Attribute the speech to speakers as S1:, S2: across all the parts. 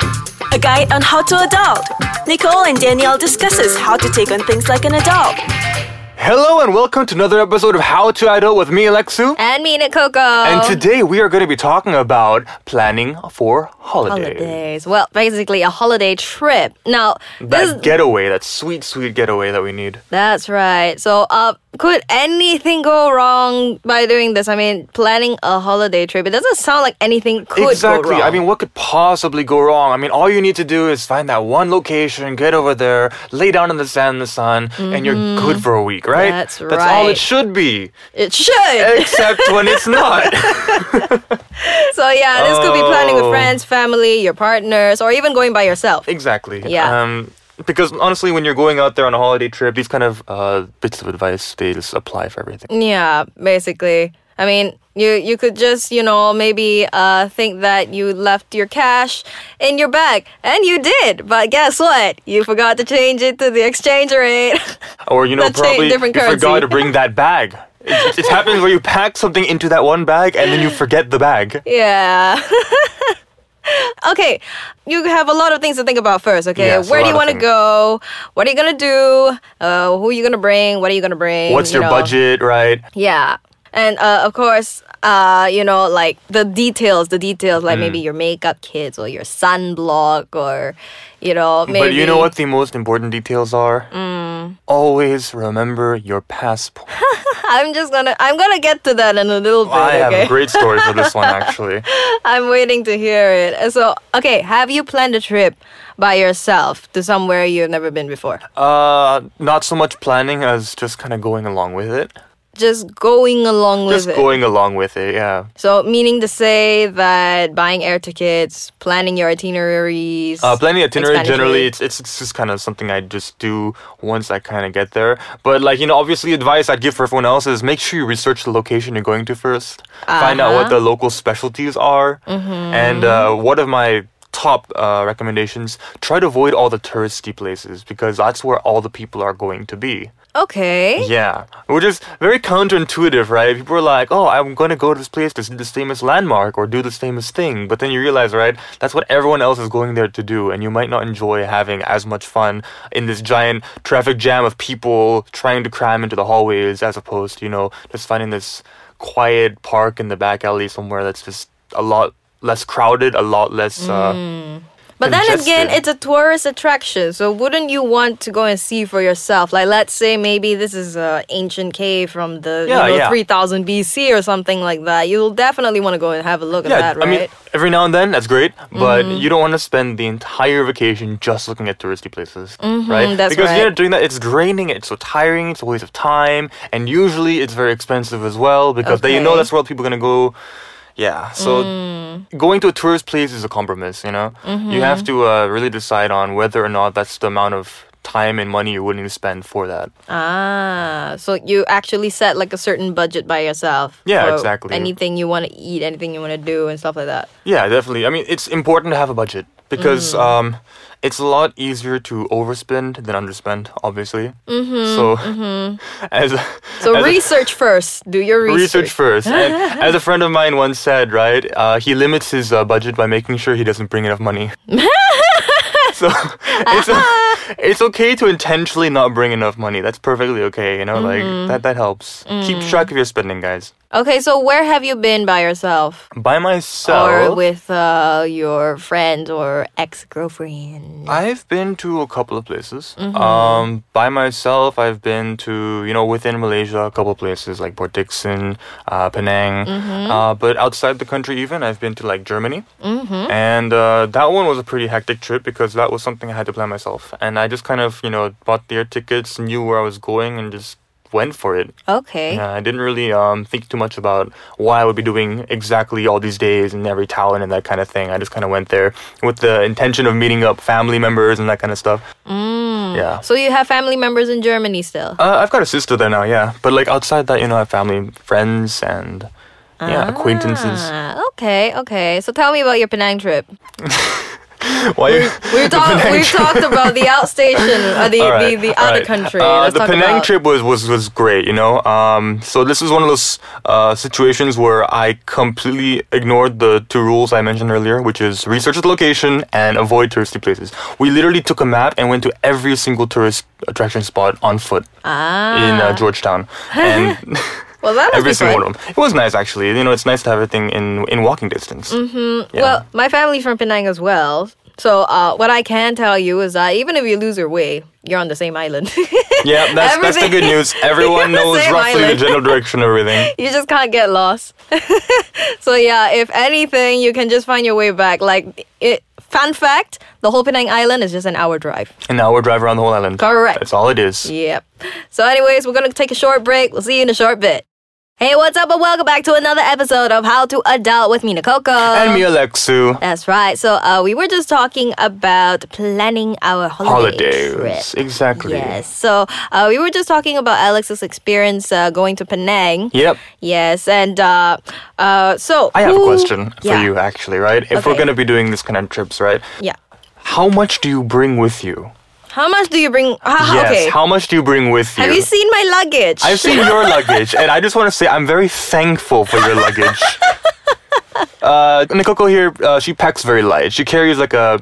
S1: a guide on how to adult. Nicole and Danielle discusses how to take on things like an adult.
S2: Hello and welcome to another episode of How to Adult with me, Alexu.
S3: And me, Nick Coco.
S2: And today we are going to be talking about planning for holidays.
S3: holidays. Well, basically a holiday trip. Now, this
S2: That getaway, that sweet, sweet getaway that we need.
S3: that's right. So, uh, could anything go wrong by doing this? I mean, planning a holiday trip. It doesn't sound like anything could
S2: exactly.
S3: go wrong.
S2: I mean, what could possibly go wrong? I mean, all you need to do is find that one location, get over there, lay down in the sand in the sun, and you're good for a week, right?
S3: Mm-hmm. That's
S2: That's all it
S3: right.
S2: should be,
S3: it should.
S2: except when it's not.
S3: so, yeah, this could be planning with
S2: Oh.
S3: friends, family, your partners, or even going by yourself.
S2: Exactly.
S3: Yeah.
S2: Um, because honestly, when you're going out there on a holiday trip, these kind of uh, bits of advice they just apply for everything.
S3: Yeah, basically. I mean, you you could just you know maybe uh, think that you left your cash in your bag, and you did. But guess what? You forgot to change it to the exchange rate.
S2: Or you know,
S3: Let's say
S2: probably you
S3: different currency.
S2: forgot to bring that bag. It, it happens where you pack something into that one bag and then you forget the bag.
S3: yeah. okay, you have a lot of things to think about first. Okay,
S2: Yes, a
S3: where
S2: lot
S3: do you
S2: of
S3: want to
S2: things.
S3: go? What are you gonna do? Uh, who are you gonna bring? What are you gonna bring?
S2: What's
S3: you
S2: your
S3: know?
S2: budget, right?
S3: Yeah. And uh, of course, uh, you know, like the details, the details, like
S2: Mm.
S3: maybe your makeup kits or your sunblock or, you know, maybe. Mm.
S2: But you know what the most important details are? Always remember your passport.
S3: I'm just gonna, I'm gonna get to that in a little bit.
S2: I have
S3: okay?
S2: a great story for this one, actually.
S3: I'm waiting to hear it. Uh, So, okay, have you planned a trip by yourself to somewhere you've never been before?
S2: Uh, not so much planning as just kind of going along with it.
S3: Just going along
S2: Just
S3: with it.
S2: going along with it, yeah.
S3: So, meaning to say that buying air tickets, planning your itineraries.
S2: Uh, planning itinerary
S3: expanding
S2: generally, it's,
S3: it.
S2: it's it's just kind of something I just do once I kind of get there. But like you know, obviously, advice I'd give for everyone else is make sure you research the location you're going to 1st Find out what the local specialties are, and uh, one of my top uh, recommendations: try to avoid all the touristy places because that's where all the people are going to be.
S3: Okay.
S2: Yeah, which is very counterintuitive, right? People are like, "Oh, I'm going to go to this place to see this famous landmark or do this famous thing," but then you realize, right? That's what everyone else is going there to do, and you might not enjoy having as much fun in this giant traffic jam of people trying to cram into the hallways, as opposed to you know just finding this quiet park in the back alley somewhere that's just a lot less crowded, a lot less. Uh,
S3: But then again,
S2: congested.
S3: it's a tourist attraction, so wouldn't you want to go and see for yourself? Like, let's say maybe this is an ancient cave from the
S2: Yeah,
S3: you
S2: yeah.
S3: know, 3000 BC or something like that. You'll definitely want to go and have a look at that, right?
S2: I
S3: Mm-hmm.
S2: mean, every now and then that's great, but you don't want to spend the entire vacation just looking at touristy places, right?
S3: Mm-hmm, that's
S2: because you know,
S3: right.
S2: doing that, it's draining, it's so tiring, it's a waste of time, and usually it's very expensive as well because they know
S3: Okay. Mm.
S2: that's where people are gonna go. Yeah, so going to a tourist place is a compromise. You know, you have to
S3: Mm-hmm.
S2: uh, really decide on whether or not that's the amount of time and money you're willing to spend for that.
S3: ah, so you actually set like a certain budget by yourself.
S2: Yeah,
S3: for
S2: exactly.
S3: Anything you want to eat, anything you want to do, and stuff like that.
S2: Yeah, definitely. I mean, it's important to have a budget because um, it's a lot easier to overspend than underspend, obviously. Mm-hmm, so, as a-
S3: So
S2: as a-
S3: research first. Do your
S2: research
S3: research.
S2: first. And as a friend of mine once said, right, uh, he limits his uh, budget by making sure he doesn't bring enough money. so it's, it's okay to intentionally not bring enough money. That's perfectly okay. You know, like that that helps. Keep track of your spending, guys.
S3: Okay, so where have you been by yourself?
S2: By myself,
S3: Or with uh, your friend or ex girlfriend?
S2: I've been to a couple of places. Um, by myself, I've been to you know within Malaysia a couple of places like Port Dickson, uh, Penang. Uh, but outside the country, even I've been to like Germany, and uh, that one was a pretty hectic trip because that was something I had to plan myself, and I just kind of you know bought the air tickets, knew where I was going, and just went for it.
S3: Okay.
S2: Yeah, I didn't really um, think too much about what I would be doing exactly all these days and every town and that kind of thing. I just kind of went there with the intention of meeting up family members and that kind of stuff. Mm. Yeah.
S3: So you have family members in Germany still?
S2: Uh, I've got a sister there now, yeah. But like outside that, you know, I have family, friends, and yeah, acquaintances.
S3: Ah, okay, okay. So tell me about your Penang trip.
S2: Why you-
S3: We've,
S2: the
S3: talk,
S2: Penang
S3: we've
S2: trip-
S3: talked about the outstation, uh, the,
S2: All right,
S3: the, the
S2: all
S3: other
S2: right.
S3: country.
S2: Uh,
S3: Let's
S2: the
S3: talk
S2: Penang
S3: about,
S2: trip was, was was great, you know. Um, so this is one of those uh, situations where I completely ignored the two rules I mentioned earlier, which is research the location and avoid touristy places. We literally took a map and went to every single tourist attraction spot on foot in uh, Georgetown, and
S3: Ah, Well, that must
S2: every
S3: be
S2: single
S3: fun.
S2: one of them. It was nice, actually. You know, it's nice to have everything in in walking distance. Mm-hmm.
S3: Well, my family's from Penang as well. So uh, what I can tell you is that even if you lose your way, you're on the same island.
S2: Yeah, that's, that's the good
S3: Everything-
S2: news. Everyone knows
S3: Same
S2: roughly
S3: island.
S2: the general direction of everything.
S3: you just can't get lost. so yeah, if anything, you can just find your way back. Like it. Fun fact: the whole Penang Island is just an hour drive.
S2: An hour drive around the whole island.
S3: Correct.
S2: That's all it is.
S3: Yep. So, anyways, we're gonna take a short break. We'll see you in a short bit. Hey, what's up? And welcome back to another episode of How to Adult with Mina Coco.
S2: And me, Alexu.
S3: That's right. So, uh, we were just talking about planning our holiday
S2: Holidays.
S3: trip.
S2: Exactly.
S3: Yes. So uh, we were just talking about Alex's experience uh, going to Penang.
S2: Yep.
S3: Yes, and uh, uh, so
S2: I have
S3: who-
S2: a question for
S3: Yeah.
S2: you, actually, right? If we're
S3: Okay.
S2: going to be doing this kind of trips, right?
S3: Yeah.
S2: How much do you bring with you?
S3: How much do you bring? How,
S2: yes.
S3: Ah, okay.
S2: How much do you bring with you?
S3: have you seen my luggage?
S2: I've seen your luggage, and I just want to say I'm very thankful for your luggage. Uh, Nikoko here, uh, she packs very light. She carries like a,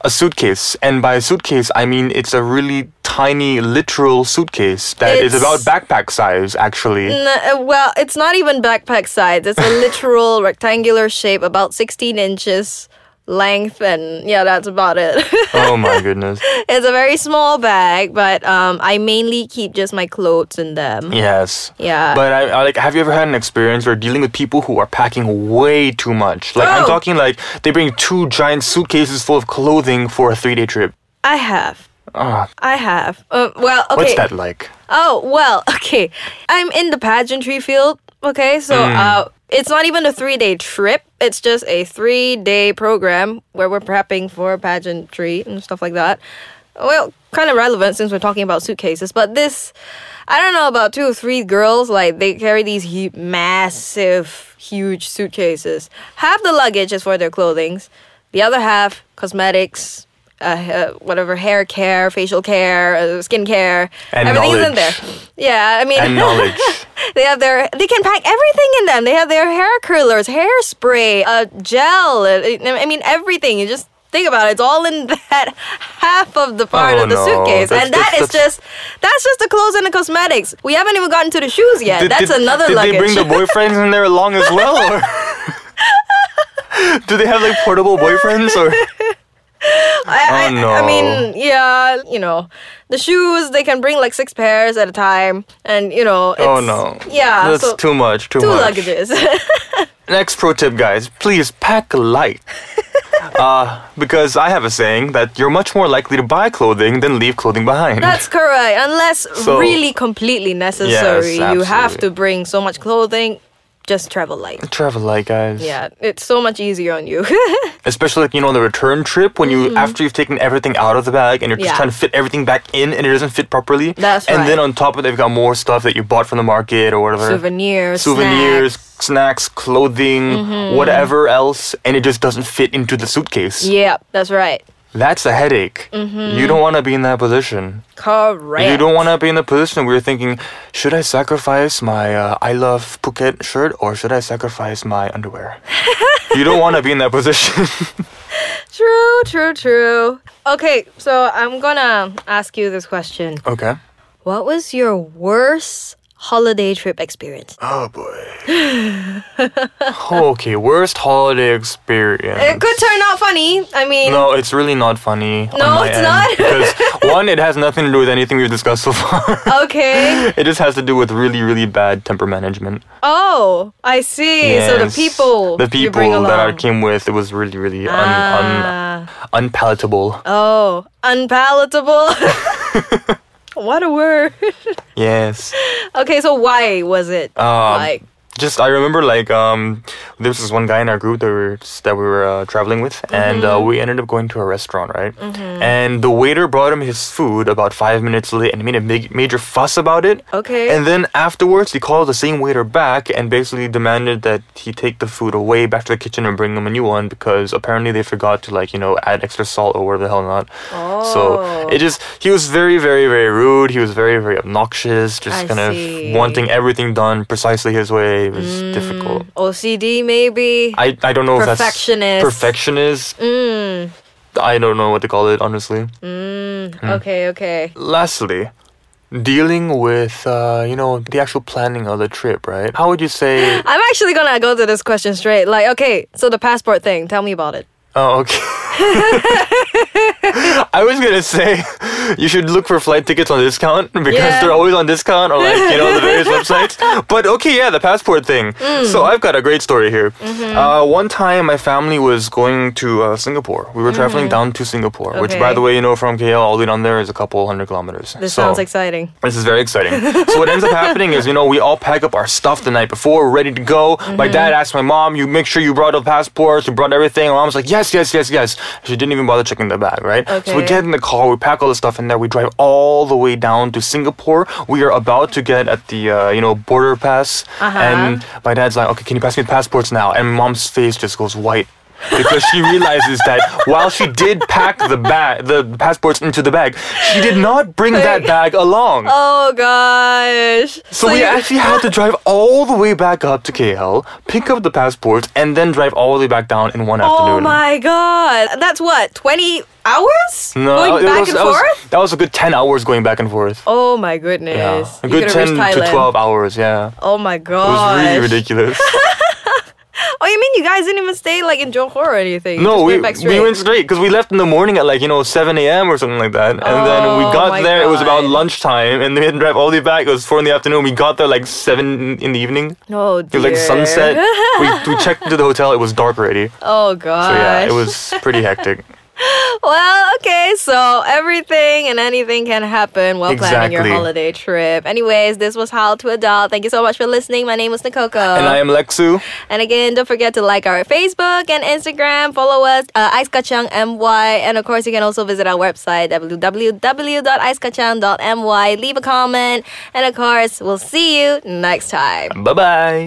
S2: a suitcase, and by suitcase I mean it's a really tiny, literal suitcase that is
S3: It's-
S2: about backpack size, actually.
S3: N- uh, well, it's not even backpack size. It's a literal rectangular shape, about 16 inches length, and yeah, that's about it.
S2: Oh my goodness!
S3: it's a very small bag, but um, I mainly keep just my clothes in them.
S2: Yes.
S3: Yeah.
S2: But I, I like, have you ever had an experience where dealing with people who are packing way too much? Like I'm
S3: Bro.
S2: talking like they bring two giant suitcases full of clothing for a three-day trip.
S3: I have.
S2: Ah,
S3: I have. Uh, well, okay.
S2: what's that like?
S3: Oh, well, okay. I'm in the pageantry field, okay? So uh, it's not even a three day trip, it's just a three day program where we're prepping for pageantry and stuff like that. Well, kind of relevant since we're talking about suitcases, but this, I don't know about two or three girls, like they carry these hu- massive, huge suitcases. Half the luggage is for their clothings, the other half, cosmetics. Uh, uh, whatever hair care, facial care, uh, skin care,
S2: And
S3: Everything's in there.
S2: knowledge.
S3: Yeah, I mean,
S2: And knowledge.
S3: they have their, they can pack everything in them. They have their hair curlers, hairspray, uh, gel. uh, I mean, everything. You just think about it. It's all in that half of the part
S2: Oh,
S3: of the
S2: no.
S3: suitcase,
S2: That's-
S3: and that
S2: that's-
S3: is just, that's just the clothes and the cosmetics. We haven't even gotten to the shoes yet.
S2: Did-
S3: Uh, that's
S2: did-
S3: another
S2: Did
S3: luggage.
S2: they bring the boyfriends in there along as well? Or do they have like portable boyfriends? Or
S3: I, I,
S2: Oh, no.
S3: I mean, yeah, you know, the shoes they can bring like six pairs at a time, and you know, it's,
S2: oh no,
S3: yeah,
S2: that's
S3: so
S2: too much. Too
S3: two
S2: much.
S3: luggages.
S2: Next pro tip, guys, please pack light. uh, because I have a saying that you're much more likely to buy clothing than leave clothing behind.
S3: That's correct. Unless
S2: So-
S3: really completely necessary, you have
S2: absolutely.
S3: to bring so much clothing. Just travel light.
S2: Travel light, guys.
S3: Yeah, it's so much easier on you.
S2: Especially like you know on the return trip when you after you've taken everything out of the bag and you're just trying
S3: Mm-hmm. Yeah.
S2: to fit everything back in and it doesn't fit properly.
S3: That's
S2: And
S3: right.
S2: then on top of that, you've got more stuff that you bought from the market or whatever.
S3: souvenirs,
S2: souvenirs,
S3: snacks. Mm-hmm.
S2: snacks, clothing, whatever else, and it just doesn't fit into the suitcase.
S3: Yeah, Mm-hmm. that's right.
S2: That's a headache. You don't want to be in that position.
S3: Correct.
S2: You don't want to be in the position where you're thinking, should I sacrifice my uh, I love Phuket shirt or should I sacrifice my underwear? you don't want to be in that position.
S3: True, true, true. Okay, so I'm gonna ask you this question.
S2: okay.
S3: What was your worst holiday trip experience?
S2: Oh boy. okay, worst holiday experience.
S3: It could turn out funny. I mean,
S2: No, it's really not funny. on
S3: No,
S2: my
S3: it's
S2: end,
S3: not.
S2: because one, it has nothing to do with anything we've discussed so far.
S3: Oh. okay.
S2: it just has to do with really, really bad temper management.
S3: Oh, I see. So the
S2: Yes.
S3: people,
S2: the
S3: you bring
S2: people that I
S3: along.
S2: came with, it was really, really un, un,
S3: Ah.
S2: unpalatable.
S3: Oh, unpalatable. what a word.
S2: Yes.
S3: Okay, so why was it
S2: Um,
S3: like
S2: just I remember like um there was this one guy in our group that we were that we were uh, traveling with, and
S3: Mm-hmm.
S2: uh, we ended up going to a restaurant, right? And the waiter brought him his food about five minutes late and made a big, major fuss about it.
S3: Okay.
S2: And then afterwards, he called the same waiter back and basically demanded that he take the food away back to the kitchen and bring him a new one because apparently they forgot to like you know add extra salt or whatever the hell not.
S3: Oh.
S2: So it just he was very very very rude. He was very very obnoxious. Just
S3: I
S2: kind
S3: see.
S2: of wanting everything done precisely his way was
S3: Mm.
S2: difficult.
S3: OCD maybe.
S2: I, I don't know if
S3: Perfectionist.
S2: that's perfectionist.
S3: Mm,
S2: I don't know what to call it honestly.
S3: Okay, okay.
S2: Lastly, dealing with uh, you know the actual planning of the trip, right? How would you say?
S3: I'm actually gonna go to this question straight. Like, okay, so the passport thing, tell me about it.
S2: oh, okay. I was gonna say you should look for flight tickets on discount because
S3: Yeah.
S2: they're always on discount or like you know the various websites. But okay, yeah, the passport thing.
S3: Mm.
S2: So I've got a great story here.
S3: Mm-hmm.
S2: Uh, one time, my family was going to uh, Singapore. We were traveling down to Singapore, which, by
S3: Mm-hmm.
S2: the
S3: Okay.
S2: way, you know from KL all the way down there is a couple hundred kilometers.
S3: This
S2: So-
S3: sounds exciting.
S2: This is very exciting. so what ends up happening is, you know, we all pack up our stuff the night before, we're ready to go. My dad asked my mom, "You make sure you brought the passports, you brought everything." My mom's like, "Yes, yes, yes, yes." She didn't even bother checking the bag, right? So we
S3: Okay.
S2: get in the car, we pack all the stuff in there, we drive all the way down to Singapore. We are about to get at the, uh, you know, border pass, and my dad's like, "Okay, can you pass me the passports now?" And mom's face just goes white. because she realizes that while she did pack the bag, the passports into the bag, she did not bring that bag along.
S3: Oh gosh.
S2: So, we
S3: you-
S2: actually had to drive all the way back up to KL, pick up the passports, and then drive all the way back down in one
S3: Oh
S2: afternoon.
S3: my god. That's what, 20 hours?
S2: it
S3: Going back
S2: was-
S3: and
S2: that was-
S3: forth?
S2: that was a good 10 hours going back and forth.
S3: Oh my goodness.
S2: Yeah. A
S3: You
S2: good
S3: could've
S2: 10
S3: reached
S2: to
S3: Thailand.
S2: 12 hours, yeah.
S3: Oh my
S2: It was
S3: gosh.
S2: really ridiculous.
S3: Oh, you mean you guys didn't even stay like in Johor or anything? You
S2: no,
S3: just
S2: we,
S3: went back
S2: we
S3: straight?
S2: went straight because we left in the morning at like, you know, 7 a.m. or something like that. And then we
S3: Oh my
S2: got there, it was about
S3: God.
S2: lunchtime, and we had to drive all the way back. It was 4 in the afternoon. We got there like 7 in the evening.
S3: Oh
S2: It
S3: dear.
S2: was like sunset. we, we checked into the hotel, it was dark already.
S3: Oh gosh.
S2: So yeah, it was pretty hectic.
S3: Well, okay, so everything and anything can happen while planning your
S2: Exactly.
S3: holiday trip. Anyways, this was How to Adult. Thank you so much for listening. My name was Nikoko.
S2: And I am Lexu.
S3: And again, don't forget to like our Facebook and Instagram. Follow us, uh, Ice Kacang MY. And of course, you can also visit our website, www.icekacang.my. Leave a comment. And of course, we'll see you next time.
S2: Bye bye.